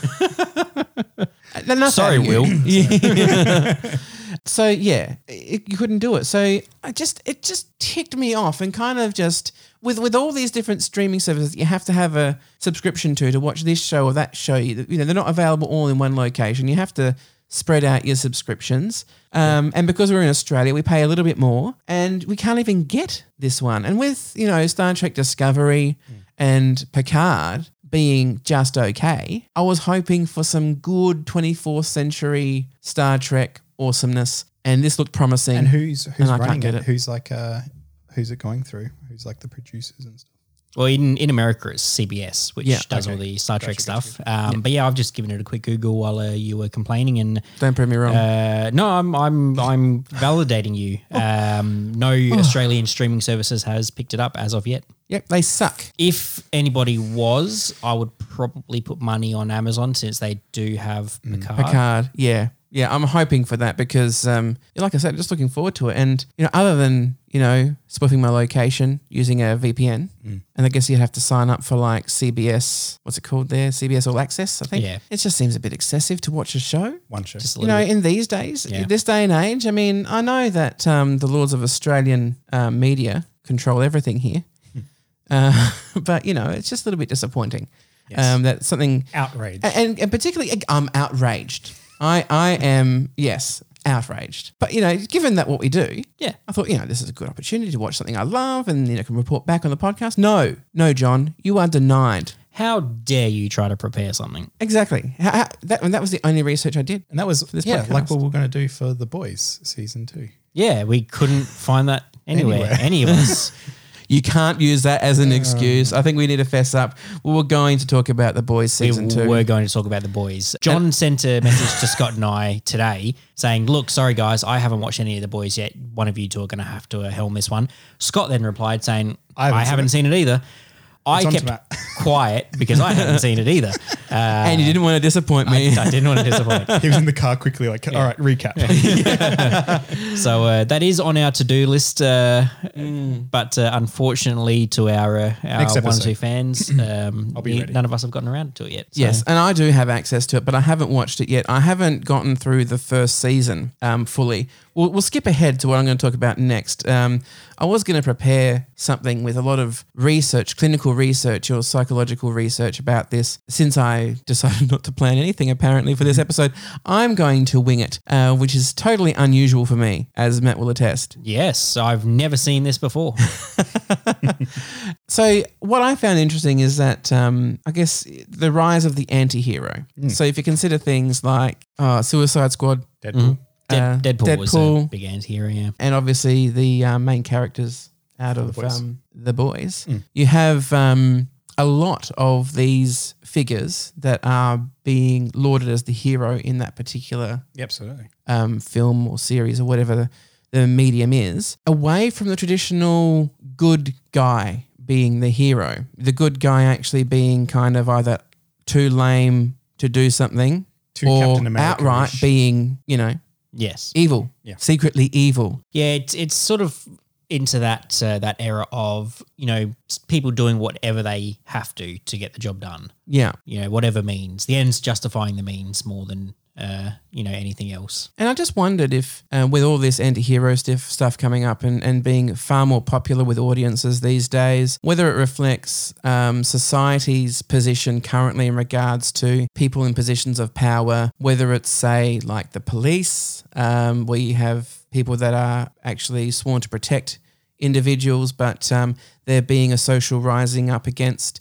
nothing.
Sorry, Will.
so yeah, it, you couldn't do it. So I just it just ticked me off and kind of just with with all these different streaming services you have to have a subscription to to watch this show or that show. You you know they're not available all in one location. You have to spread out your subscriptions. Um, and because we're in Australia, we pay a little bit more, and we can't even get this one. And with you know Star Trek Discovery and Picard being just okay, I was hoping for some good 24th century Star Trek awesomeness, and this looked promising.
And who's who's
I can't
running
get
it?
it.
Who's like uh who's it going through? Who's like the producers and stuff?
Well, in, in America, it's CBS, which
Yeah,
does all the Star Trek stuff. Um, But yeah, I've just given it a quick Google while uh, you were complaining, and
Don't prove me wrong.
uh, no, I'm I'm I'm validating you. Um, no Australian streaming services has picked it up as of yet.
yep, they suck.
If anybody was, I would probably put money on Amazon since they do have Mm. Picard.
uh,
Picard. Yeah. Yeah, I'm hoping for that because, um, like I said, just looking forward to it. And you know, other than you know spoofing my location using a VPN,
Mm.
and I guess you'd have to sign up for like CBS. What's it called there? CBS All Access, I think.
Yeah.
It just seems a bit excessive to watch a show.
One show.
Just a
You
little
know,
bit.
in these days,
Yeah.
this day and age, I mean, I know that um, the laws of Australian uh, media control everything here,
Hmm.
uh, but you know, it's just a little bit disappointing um, that something
Outrage.
and, and, and particularly, I'm outraged. I, I am, yes, outraged. But, you know, given that what we do,
Yeah.
I thought, you know, this is a good opportunity to watch something I love and, you know, can report back on the podcast. No, no, John, you are denied.
How dare you try to prepare something?
Exactly. How, how- that, and that was the only research I did.
And that was
this
yeah, like
podcast.
what we're going to do for the boys season two.
Yeah, we couldn't find that anywhere. Any of us.
You can't use that as an excuse. I think we need to fess up. We were going to talk about the boys season
we
two.
were going to talk about the boys. John sent a message to Scott and I today saying, "Look, sorry guys, I haven't watched any of the boys yet. One of you two are going to have to uh, helm this one." Scott then replied saying, "I haven't, seen, it. either." I
on
kept
tonight.
quiet because I hadn't seen it either. Uh,
and you didn't want to disappoint me.
I didn't want to disappoint.
He was in the car quickly, like, all right, recap.
So uh, that is on our to-do list, uh, but uh, unfortunately, to our uh,
Next
our one or
episode.
two fans, um,
be
you-
ready.
none of us have gotten around to it yet. So-
Yes, and I do have access to it, but I haven't watched it yet. I haven't gotten through the first season um, fully. We'll, we'll skip ahead to what I'm going to talk about next. Um, I was going to prepare something with a lot of research, clinical research or psychological research about this. Since I decided not to plan anything apparently for
Mm-hmm.
this episode, I'm going to wing it, uh, which is totally unusual for me, as Matt will attest.
Yes, I've never seen this before.
So what I found interesting is that um, I guess the rise of the anti-hero. So if you consider things like uh, Suicide Squad,
Deadpool.
Dead,
uh,
Deadpool, was a
Deadpool.
big anti-hero. Yeah.
and obviously the uh, main characters out of
Boys.
um, the boys, you have um, a lot of these figures that are being lauded as the hero in that particular
Yeah, absolutely.
um, film or series or whatever the, the medium is, away from the traditional good guy being the hero. The good guy actually being kind of either too lame to do something
Too
or
Captain America-ish.
outright being, you know,
Yes.
evil,
Yeah.
secretly evil.
Yeah, it's it's sort of into that uh, that era of you know s- people doing whatever they have to to get the job done.
Yeah.
You know, whatever means the ends justifying the means more than uh, you know anything else.
And I just wondered if, uh, with all this anti hero stuff, stuff coming up and, and being far more popular with audiences these days, whether it reflects um, society's position currently in regards to people in positions of power, whether it's, say, like the police, um, where you have people that are actually sworn to protect individuals, but um, there being a social rising up against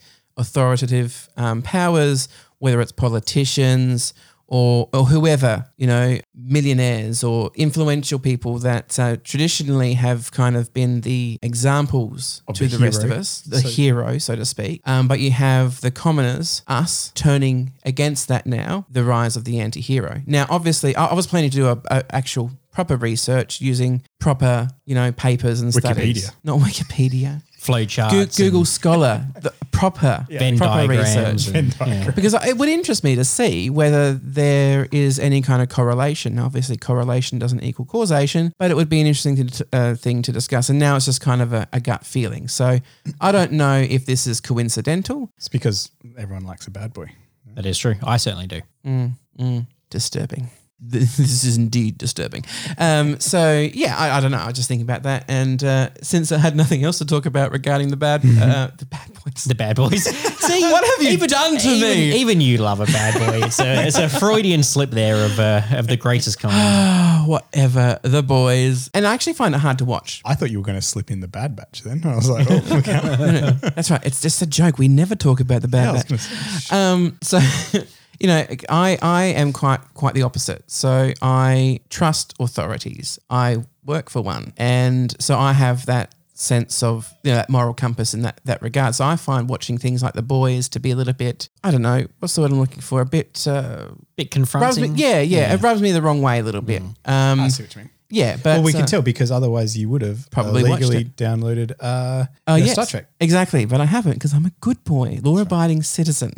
authoritative um, powers, whether it's politicians or, or whoever, you know, millionaires or influential people that uh, traditionally have kind of been the examples
Of
to
the
the, rest of
hero.
us, the
So-
hero, so to speak. Um, but you have the commoners, us, turning against that now, the rise of the anti hero. Now, obviously, I, I was planning to do a, a actual proper research using proper, you know, papers and studies.
Wikipedia.
Not Wikipedia.
Flow
Go-
charts,
Google Scholar, the proper,
Venn
proper
diagrams.
research.
and-
Venn
yeah.
Because it would interest me to see whether there is any kind of correlation. Now, Obviously, correlation doesn't equal causation, but it would be an interesting thing to, uh, thing to discuss. And now it's just kind of a, a gut feeling. So I don't know if this is coincidental.
It's because everyone likes a bad boy.
That is true. I certainly do.
Disturbing. This is indeed disturbing. Um, so yeah, I, I don't know. I was just thinking about that, and uh, since I had nothing else to talk about regarding the bad, uh, the bad boys,
The bad boys. See,
What have you done to
even,
me?
Even you love a bad boy. It's a, it's a Freudian slip there of uh, of the greatest kind.
whatever the boys and i actually find it hard to watch
I thought you were going to slip in the bad batch then. I was like, oh, look out.
that's right it's just a joke we never talk about the
I
bad
was
batch
gonna say,
um so you know i i am quite quite the opposite so i trust authorities i work for one and so i have that sense of you know, that moral compass in that, that regard. So I find watching things like The Boys to be a little bit, I don't know, what's the word I'm looking for? A bit, uh,
bit
rubs me,
confronting.
yeah, yeah, it rubs me the wrong way a little bit. Um,
Mm-hmm. I see what you mean.
yeah, but
well, we
uh,
can tell because otherwise you would have
Probably
probably
watched
legally
it.
downloaded uh,
Oh,
your
yes,
Star Trek.
Exactly, but I haven't because I'm a good boy, law-abiding citizen.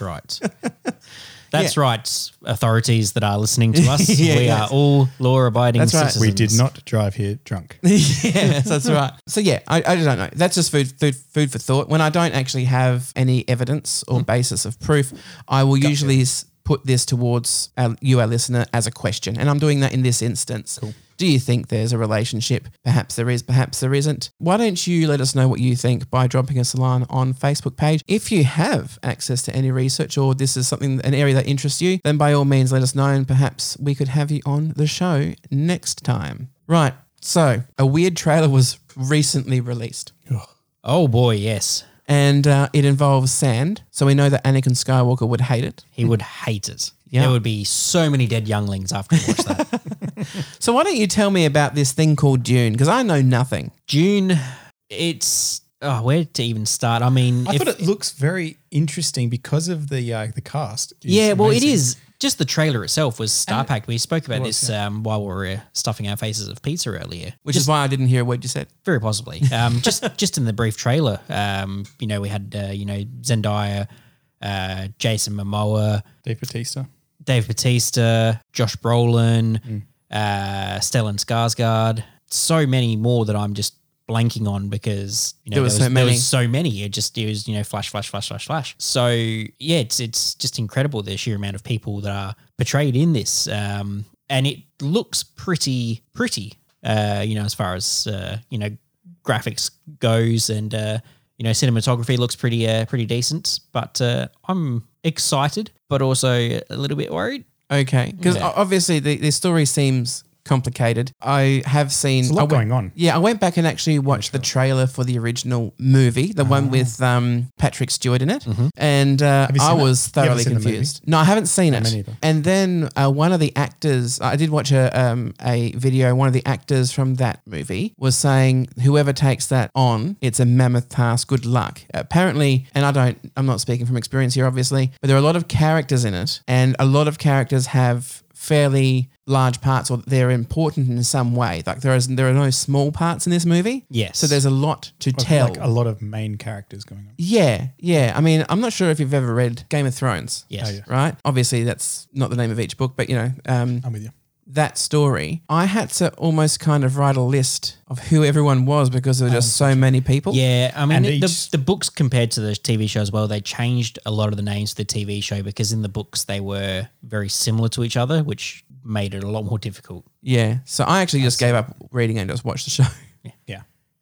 right. That's right, authorities that are listening to us. we
yeah.
are all law abiding
That's right.
citizens.
We did not drive here drunk.
yes, that's right. So yeah, I, I don't know. That's just food, food, food for thought. When I don't actually have any evidence or basis of proof, I will usually s- put this towards our, you, our listener, as a question, and I'm doing that in this instance. Do you think there's a relationship? Perhaps there is, perhaps there isn't. Why don't you let us know what you think by dropping us a line on Facebook page? If you have access to any research or this is something an area that interests you, then by all means let us know and perhaps we could have you on the show next time. Right. So, a weird trailer was recently released,
Oh boy, yes.
and uh, it involves sand. So we know that Anakin Skywalker would hate it.
He would hate it.
Yeah.
There would be so many dead younglings after we watch that.
So why don't you tell me about this thing called Dune? Because I know nothing.
June, it's oh, where to even start? I mean,
I
if-
thought it looks very interesting because of the uh, the cast. It's
yeah, well, it
amazing.
is. Just the trailer itself was star packed. We spoke about this um, while we were stuffing our faces of pizza earlier,
Which is why I didn't hear a word you said.
Very possibly. Um, just just in the brief trailer, um, you know, we had uh, you know Zendaya, uh, Jason Momoa,
Dave Bautista.
Dave Batista, Josh Brolin,
Mm.
uh, Stellan Skarsgård. So many more that I'm just blanking on because you know
There was so
there
many.
was so many. It just it was you know flash, flash, flash, flash, flash. So yeah, it's it's just incredible the sheer amount of people that are portrayed in this, um, and it looks pretty pretty. Uh, you know, as far as uh, you know, graphics goes, and uh, you know, cinematography looks pretty uh, pretty decent. But uh, I'm excited, but also a little bit worried.
Okay, because
Yeah.
obviously the, the story seems complicated. I have seen
There's a lot
I went-
going on.
Yeah, I went back and actually watched the trailer for the original movie, the one with um, Patrick Stewart in it, and uh,
Ah. Mm-hmm. you
I
seen
was
it? You haven't
thoroughly
seen the movie?
confused. No, I haven't seen it.
me neither.
And then uh, one of the actors, I did watch a um, a video. One of the actors from that movie was saying, "Whoever takes that on, it's a mammoth task. Good luck." Apparently, and I don't, I'm not speaking from experience here, obviously, but there are a lot of characters in it, and a lot of characters have fairly large parts or they're important in some way like there is there are no small parts in this movie
Yes.
so there's a lot to tell
Like a lot of main characters going on.
yeah, yeah. I mean, I'm not sure if you've ever read Game of Thrones.
Yes. Oh, yeah.
Right? Obviously, that's not the name of each book, but you know, um,
I'm with you.
that story, I had to almost kind of write a list of who everyone was because there were just so many people.
Yeah, I mean
And
the, the,
each-
the books compared to the TV show as well. They changed a lot of the names of the TV show because in the books they were very similar to each other, which made it a lot more difficult.
Yeah. So I actually just gave up reading and just watched the show.
Yeah.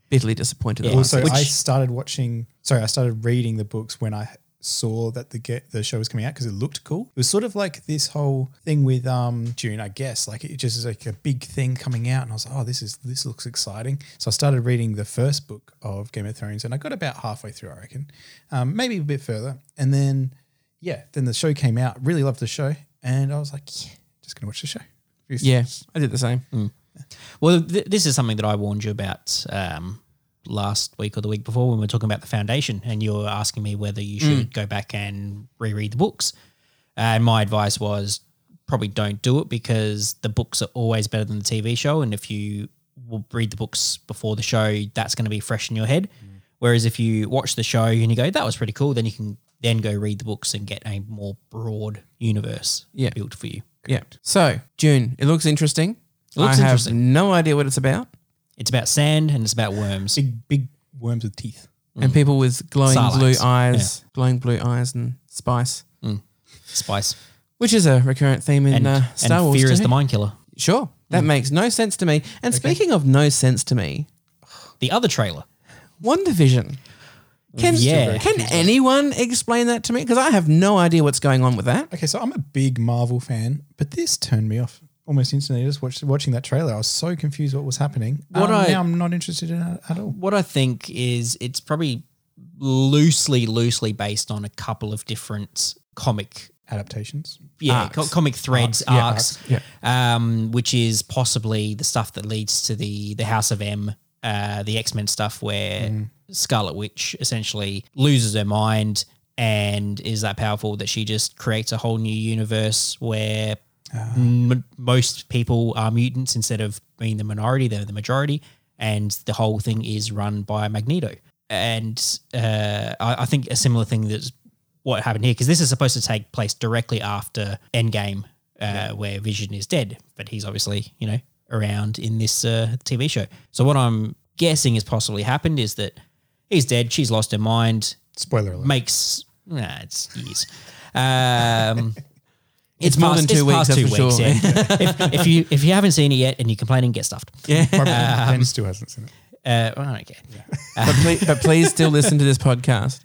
Bitterly disappointed.
Yeah.
at
Also,
myself.
I started watching. Sorry, I started reading the books when I saw that the get, the show was coming out because it looked cool. It was sort of like this whole thing with um June, I guess. Like it just is like a big thing coming out, and I was like, oh, this is this looks exciting. So I started reading the first book of Game of Thrones, and I got about halfway through, I reckon, um, maybe a bit further, and then yeah, then the show came out. Really loved the show, and I was like, yeah, just gonna watch the show.
yeah, I did the same.
Mm. Well, th- this is something that I warned you about um, last week or the week before when we were talking about the foundation, and you were asking me whether you should go back and reread the books. And my advice was probably don't do it because the books are always better than the TV show. And if you will read the books before the show, that's going to be fresh in your head. Whereas if you watch the show and you go, that was pretty cool, then you can then go read the books and get a more broad universe
Yeah.
built for you.
Yeah. So, June, it looks interesting.
It looks
I have
interesting.
no idea what it's about.
It's about sand and it's about worms.
Big big worms with teeth.
Mm.
And people with glowing
Sarlacc.
blue eyes, glowing blue eyes and spice.
Spice.
Which is a recurrent theme in
and,
uh,
and
Star Wars.
fear is
too.
the mind killer.
Sure. That makes no sense to me. And speaking of no sense to me,
The other trailer.
One Division. Can,
Yeah.
can anyone explain that to me? Because I have no idea what's going on with that.
Okay, so I'm a big Marvel fan, but this turned me off almost instantly. Just watch, watching that trailer, I was so confused what was happening.
What
Um,
I-
now I'm not interested in it at all.
What I think is it's probably loosely, loosely based on a couple of different comic,
Adaptations.
yeah,
Arcs.
co- comic threads,
Arcs, yeah,
arcs, um, which is possibly the stuff that leads to the the House of M uh, the X Men stuff where
Mm.
Scarlet Witch essentially loses her mind and is that powerful that she just creates a whole new universe where m- most people are mutants instead of being the minority, they're the majority, and the whole thing is run by Magneto. And uh, I, I think a similar thing that's what happened here because this is supposed to take place directly after Endgame, uh, where Vision is dead, but he's obviously you know around in this uh, TV show. So what I'm guessing has possibly happened is that he's dead, she's lost her mind,
Spoiler alert.
makes nah, it's years. Um, it's,
more than two
past
weeks, that's for
yeah. if, if you if you haven't seen it yet and you're complaining, get stuffed. Yeah,
Probably Ben still hasn't seen it.
uh, well, I don't care.
But please, but please still listen to this podcast.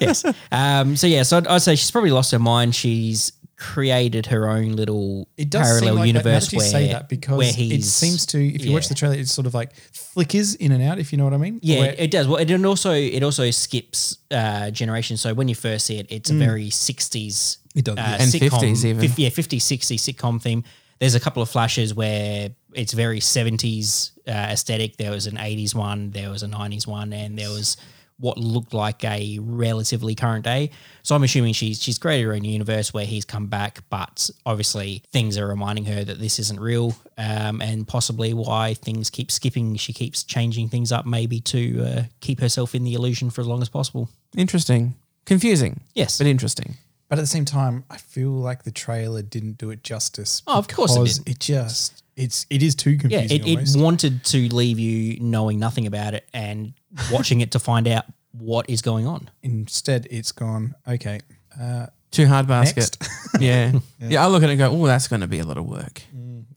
yes. Um, so yeah, so I'd, I'd say she's probably lost her mind. She's created her own little
It does
parallel
seem like that. Now
universe
that you
where
say that because
where he's,
it seems to. If you watch
yeah.
the trailer, it sort of like flickers in and out. If you know what I mean?
Yeah,
Where-
it does. Well, it- and also it also skips uh, generation. So when you first see it, it's
Mm.
a very sixties. It does,
And 50s even.
yeah, 50s, 60s sitcom theme. There's a couple of flashes where it's very seventies uh, aesthetic. There was an eighties one, there was a nineties one, and there was what looked like a relatively current day. So I'm assuming she's she's created her own universe where he's come back, but obviously things are reminding her that this isn't real, um, and possibly why things keep skipping. She keeps changing things up, maybe to uh, keep herself in the illusion for as long as possible.
Interesting. Confusing.
Yes.
But interesting.
But at the same time, I feel like the trailer didn't do it justice.
Oh, of course it
because
didn't.
It just it's it is too
Yeah,
confusing.
it, it
almost.
wanted to leave you knowing nothing about it and watching it to find out what is going on.
Instead, it's gone. Okay, uh,
Too hard basket.
Next.
Yeah. yeah. I look at it and go, oh, that's going to be a lot of work.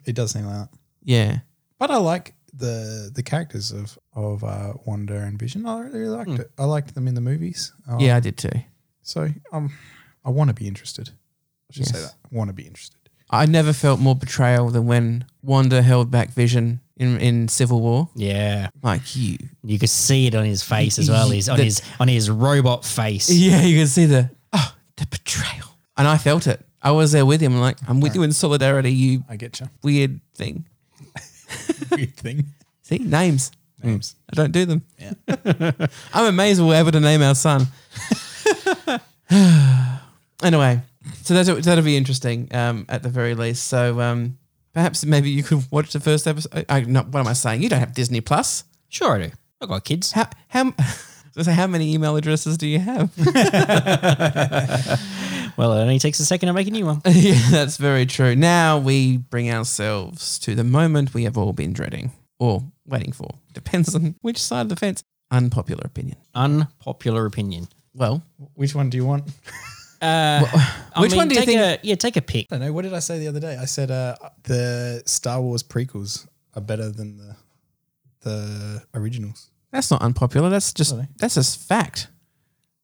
it does seem like that.
Yeah.
But I like the the characters of of uh, Wanda and Vision. I really liked
Hmm.
it. I liked them in the movies. Um,
Yeah, I did too.
So um, I want to be interested. I should say
Yes.
that. Want to be interested.
I never felt more betrayal than when Wanda held back Vision in, in Civil War.
Yeah,
Like you.
you could see it on his face as well. His on
The-
his on his robot face.
Yeah, you can see the, oh, the betrayal. And I felt it. I was there with him. Like, I'm with you in solidarity, you
I get you.
weird thing.
Weird thing.
See, names.
Hmm.
Names.
I don't do them. I'm amazed we're able to name our son. anyway, so that'll, that'll be interesting um, at the very least. So um, perhaps maybe you could watch the first episode. I, no, what am I saying? You don't have Disney Plus.
Sure, I do. I've got kids.
How, how, so how many email addresses do you have?
Well, it only takes a second to make a new one.
yeah, that's very true. Now we bring ourselves to the moment we have all been dreading or waiting for. Depends on which side of the fence. Unpopular opinion.
Unpopular opinion.
Well,
Which one do you want?
Uh, I
Which one do you
take
think-
A, yeah, take a pick.
I don't know. What did I say the other day? I said uh, the Star Wars prequels are better than the the originals.
that's not unpopular. That's just
Really?
that's just fact.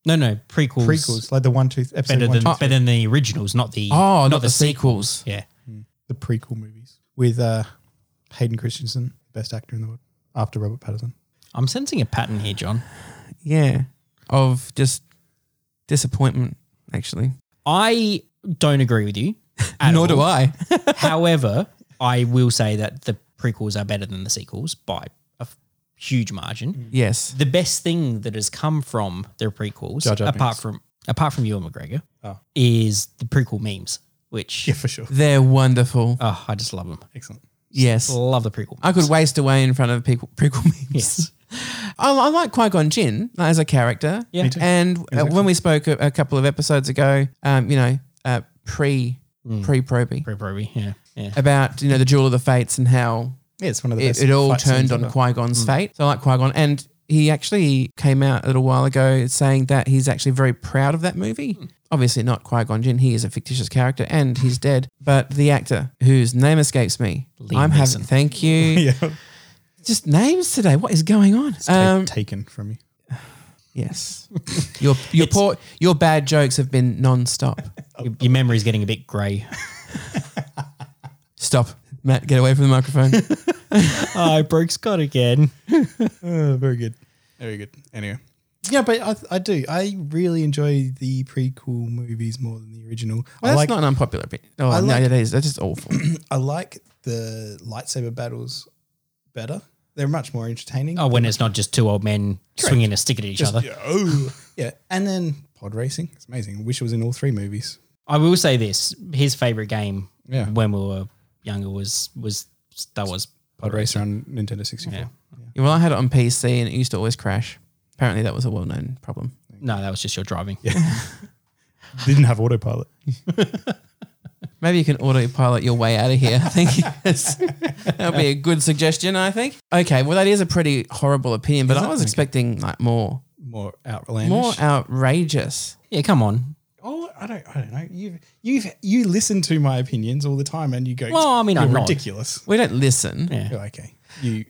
No, no, prequels.
Prequels, like the one, two, episode
better
one,
than
two,
better
three.
than the originals, not the
Oh, not, the,
sequel.
sequels.
Yeah,
the prequel movies with uh, Hayden Christensen, best actor in the world, after Robert Patterson.
I'm sensing a pattern here, John.
Yeah, of just disappointment. Actually,
I don't agree with you. at all.
I.
However, I will say that the prequels are better than the sequels by a f- huge margin.
yes,
The best thing that has come from the prequels,
Jar Jar
apart
Binks.
from apart from Ewan McGregor,
Oh.
is the prequel memes. Which
Yeah, for sure.
they're wonderful.
oh, I just love them.
Excellent.
yes,
Love the prequel.
I could waste away in front of prequel, prequel memes.
Yes.
I, I like Qui Gon Jinn as a character.
Yeah. Me too.
and uh, when we spoke a, a couple of episodes ago, um, you know, uh, pre
Mm.
pre Proby
Pre-proby, yeah, yeah.
about you know the Jewel of the Fates and how
Yeah, it's one of the
it,
best.
it all
fight
turned
scenes
on
ever.
Qui
Mm.
Gon's fate. So I like Qui Gon, and he actually came out a little while ago saying that he's actually very proud of that movie.
Hmm.
Obviously, not Qui Gon Jinn. He is a fictitious character, and he's dead. But the actor whose name escapes me,
Liam
I'm
Neeson.
having. Thank you.
yeah,
Just names today. What is going on? Um,
Ta- taken from you.
yes, your your poor your bad jokes have been non-stop.
Uh,
Your, your memory's getting a bit grey.
Stop, Matt. Get away from the microphone.
I broke Scott again.
Oh, very good. Very good. Anyway. Yeah, but I, I do. I really enjoy the prequel movies more than the original.
Well,
I
that's
like
not an unpopular opinion. Oh no,
like-
that is that's just awful.
I like the lightsaber battles better They're much more entertaining.
Oh, when it's not just two old men swinging a stick at each
Just-
other.
yeah, oh. yeah. And then pod racing. It's amazing. I wish it was in all three movies.
I will say this: his favorite game
Yeah.
when we were younger was was Star Wars.
Pod racer on Nintendo 64. Yeah.
Yeah, well, I had it on PC and it used to always crash. Apparently, that was a well known problem.
No, that was just your driving.
Didn't have autopilot.
Maybe you can autopilot your way out of here. I think yes. that'll be a good suggestion. I think. Okay, well that is a pretty horrible opinion, but I was expecting like more,
More outlandish.
more outrageous.
Yeah, come on.
Oh, I don't, I don't know. You've, you've, you listen to my opinions all the time, and you go.
Well, I mean,
"You're
I'm not."
ridiculous.
We don't listen.
Yeah.
You're okay, you,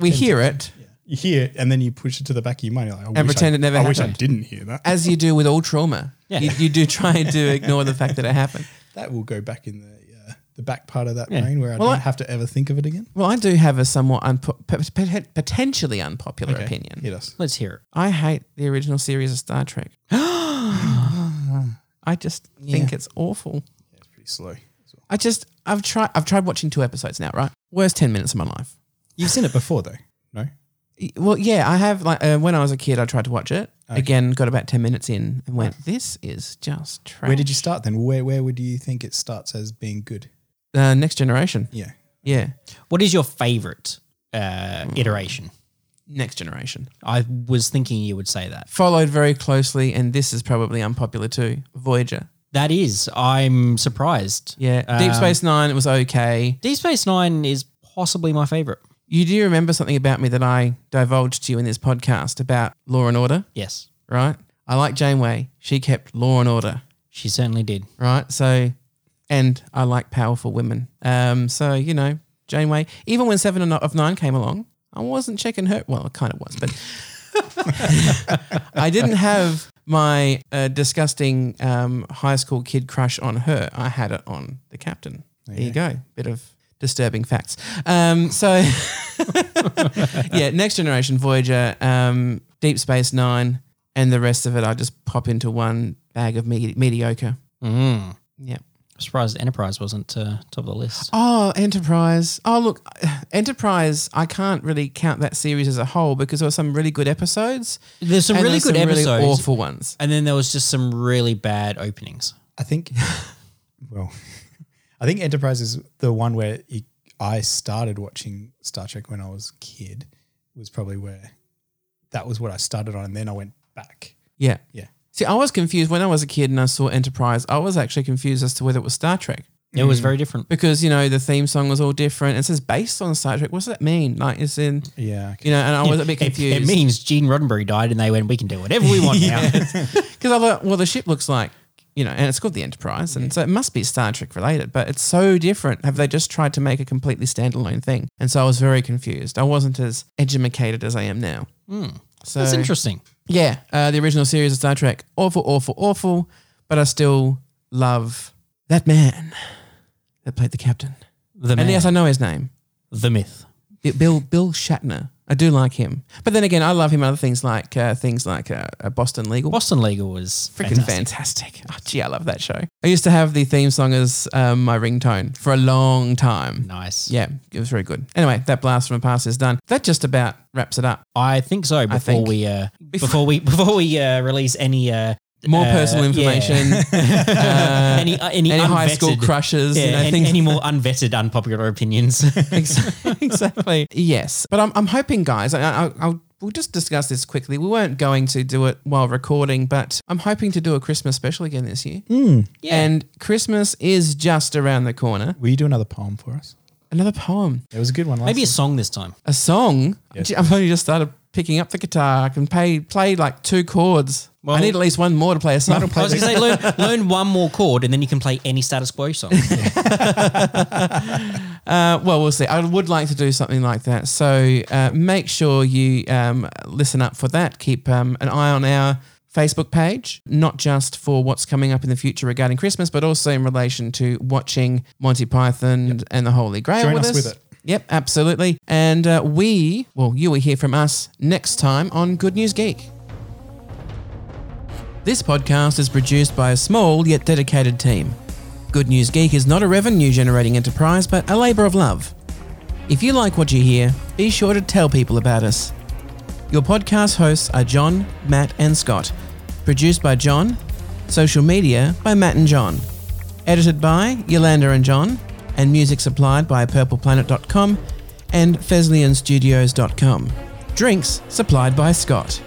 We hear it
you hear, it, and then you push it to the back of your mind. You're like, I wish
pretend
I,
it never
I wish I
happened.
didn't hear that.
as you do with all trauma.
Yeah.
You, you do try to ignore the fact that it happened.
that will go back in the uh, the back part of that
Yeah.
brain where I
Well,
don't
I-
have to ever think of it again.
Well, I do have a somewhat unpo- pot- pot- potentially unpopular opinion.
Hit us.
Let's hear it.
I hate the original series of Star Trek. I just think it's awful.
It's pretty slow. as well.
I just I've tried I've tried watching two episodes now, right? Worst ten minutes of my life.
You've seen it before though, no?
Y- Well, yeah, I have. Like uh, when I was a kid, I tried to watch it again. Got about ten minutes in and went, "This is just trash."
Where did you start then? Where where would you think it starts as being good?
Uh, Next Generation.
Yeah.
Yeah,
What is your favorite uh, iteration?
Next Generation.
I was thinking you would say that.
Followed very closely, and this is probably unpopular too. Voyager.
That is, I'm surprised.
Yeah, Deep
Um,
Space Nine. It was okay.
Deep Space Nine is possibly my favorite.
You do remember something about me that I divulged to you in this podcast about Law and Order,
Yes,
right? I like Janeway. She kept Law and Order.
she certainly did.
right? So, and I like powerful women. Um, so you know, Janeway. Even when Seven of Nine came along, I wasn't checking her. Well, I kind of was, but I didn't have my uh, disgusting um, high school kid crush on her. I had it on the captain. There you go. Bit of disturbing facts. Um, so, yeah, Next Generation, Voyager, um, Deep Space Nine, and the rest of it, I just pop into one bag of medi- mediocre.
Mm.
Yeah.
I'm surprised Enterprise wasn't uh, top of the list.
Oh, Enterprise. Oh, look, Enterprise, I can't really count that series as a whole because there were some really good episodes.
There's some
and
really
there's
good
some
episodes,
Really awful ones.
and then there was just some really bad openings.
I think well I think Enterprise is the one where it, I started watching Star Trek when I was a kid was probably where that was what I started on and then I went back.
Yeah.
Yeah.
See, I was confused when I was a kid and I saw Enterprise. I was actually confused as to whether it was Star Trek
It
Mm.
was very different.
because, you know, the theme song was all different. It says based on Star Trek. What does that mean? Like, it's in,
Yeah.
you know, and I was a bit
It-
confused.
It, means Gene Roddenberry died, and they went, "We can do whatever we want now."
Because I thought, well, the ship looks like, you know, and it's called the Enterprise, and so it must be Star Trek related, but it's so different. Have they just tried to make a completely standalone thing? And so I was very confused. I wasn't as edumacated as I am now. So
Hmm. That's interesting.
Yeah, uh, the original series of Star Trek, awful, awful, awful, but I still love that man that played the captain.
The man,
And yes, I know his name.
the myth.
Bi- Bill Bill Shatner. I do like him, but then again, I love him. in Other things like uh, things like uh, uh, Boston Legal.
Boston Legal was
Freaking fantastic. Oh, gee, I love that show. I used to have the theme song as um, my ringtone for a long time.
Nice.
Yeah, it was very good. Anyway, that blast from the past is done. That just about wraps it up.
I think so. Before
think.
we uh, before we before we uh, release any uh,
More
uh,
personal
yeah.
information. uh,
any uh, any,
any high school
unvetted-
crushes,
yeah,
you know,
any,
things-
any more unvetted unpopular opinions.
exactly. Yes, but I'm, I'm hoping, guys. I, I, I'll we'll just discuss this quickly. We weren't going to do it while recording, but I'm hoping to do a Christmas special again this year.
Hmm.
And Christmas is just around the corner.
Will you do another poem for us?
Another poem.
It was a good one last
Maybe a song this time.
a song. Gee, I've only just started picking up the guitar. I can play play like two chords. I need at least one more to play a song.
I was going to say learn, learn one more chord, and then you can play any status quo song.
Uh, well, we'll see. I would like to do something like that. So uh, make sure you um, listen up for that. Keep um, an eye on our Facebook page, not just for what's coming up in the future regarding Christmas, but also in relation to watching Monty Python and the Holy Grail
Join
with
us
us.
with it.
Yep, absolutely. And uh, we, well, you will hear from us next time on Good News Geek. This podcast is produced by a small yet dedicated team. Good News Geek is not a revenue generating enterprise, but a labour of love. If you like what you hear, be sure to tell people about us. Your podcast hosts are John, Matt, and Scott. Produced by John. Social media by Matt and John. Edited by Yolanda and John. And music supplied by purpleplanet.com and FeslianStudios.com. Drinks supplied by Scott.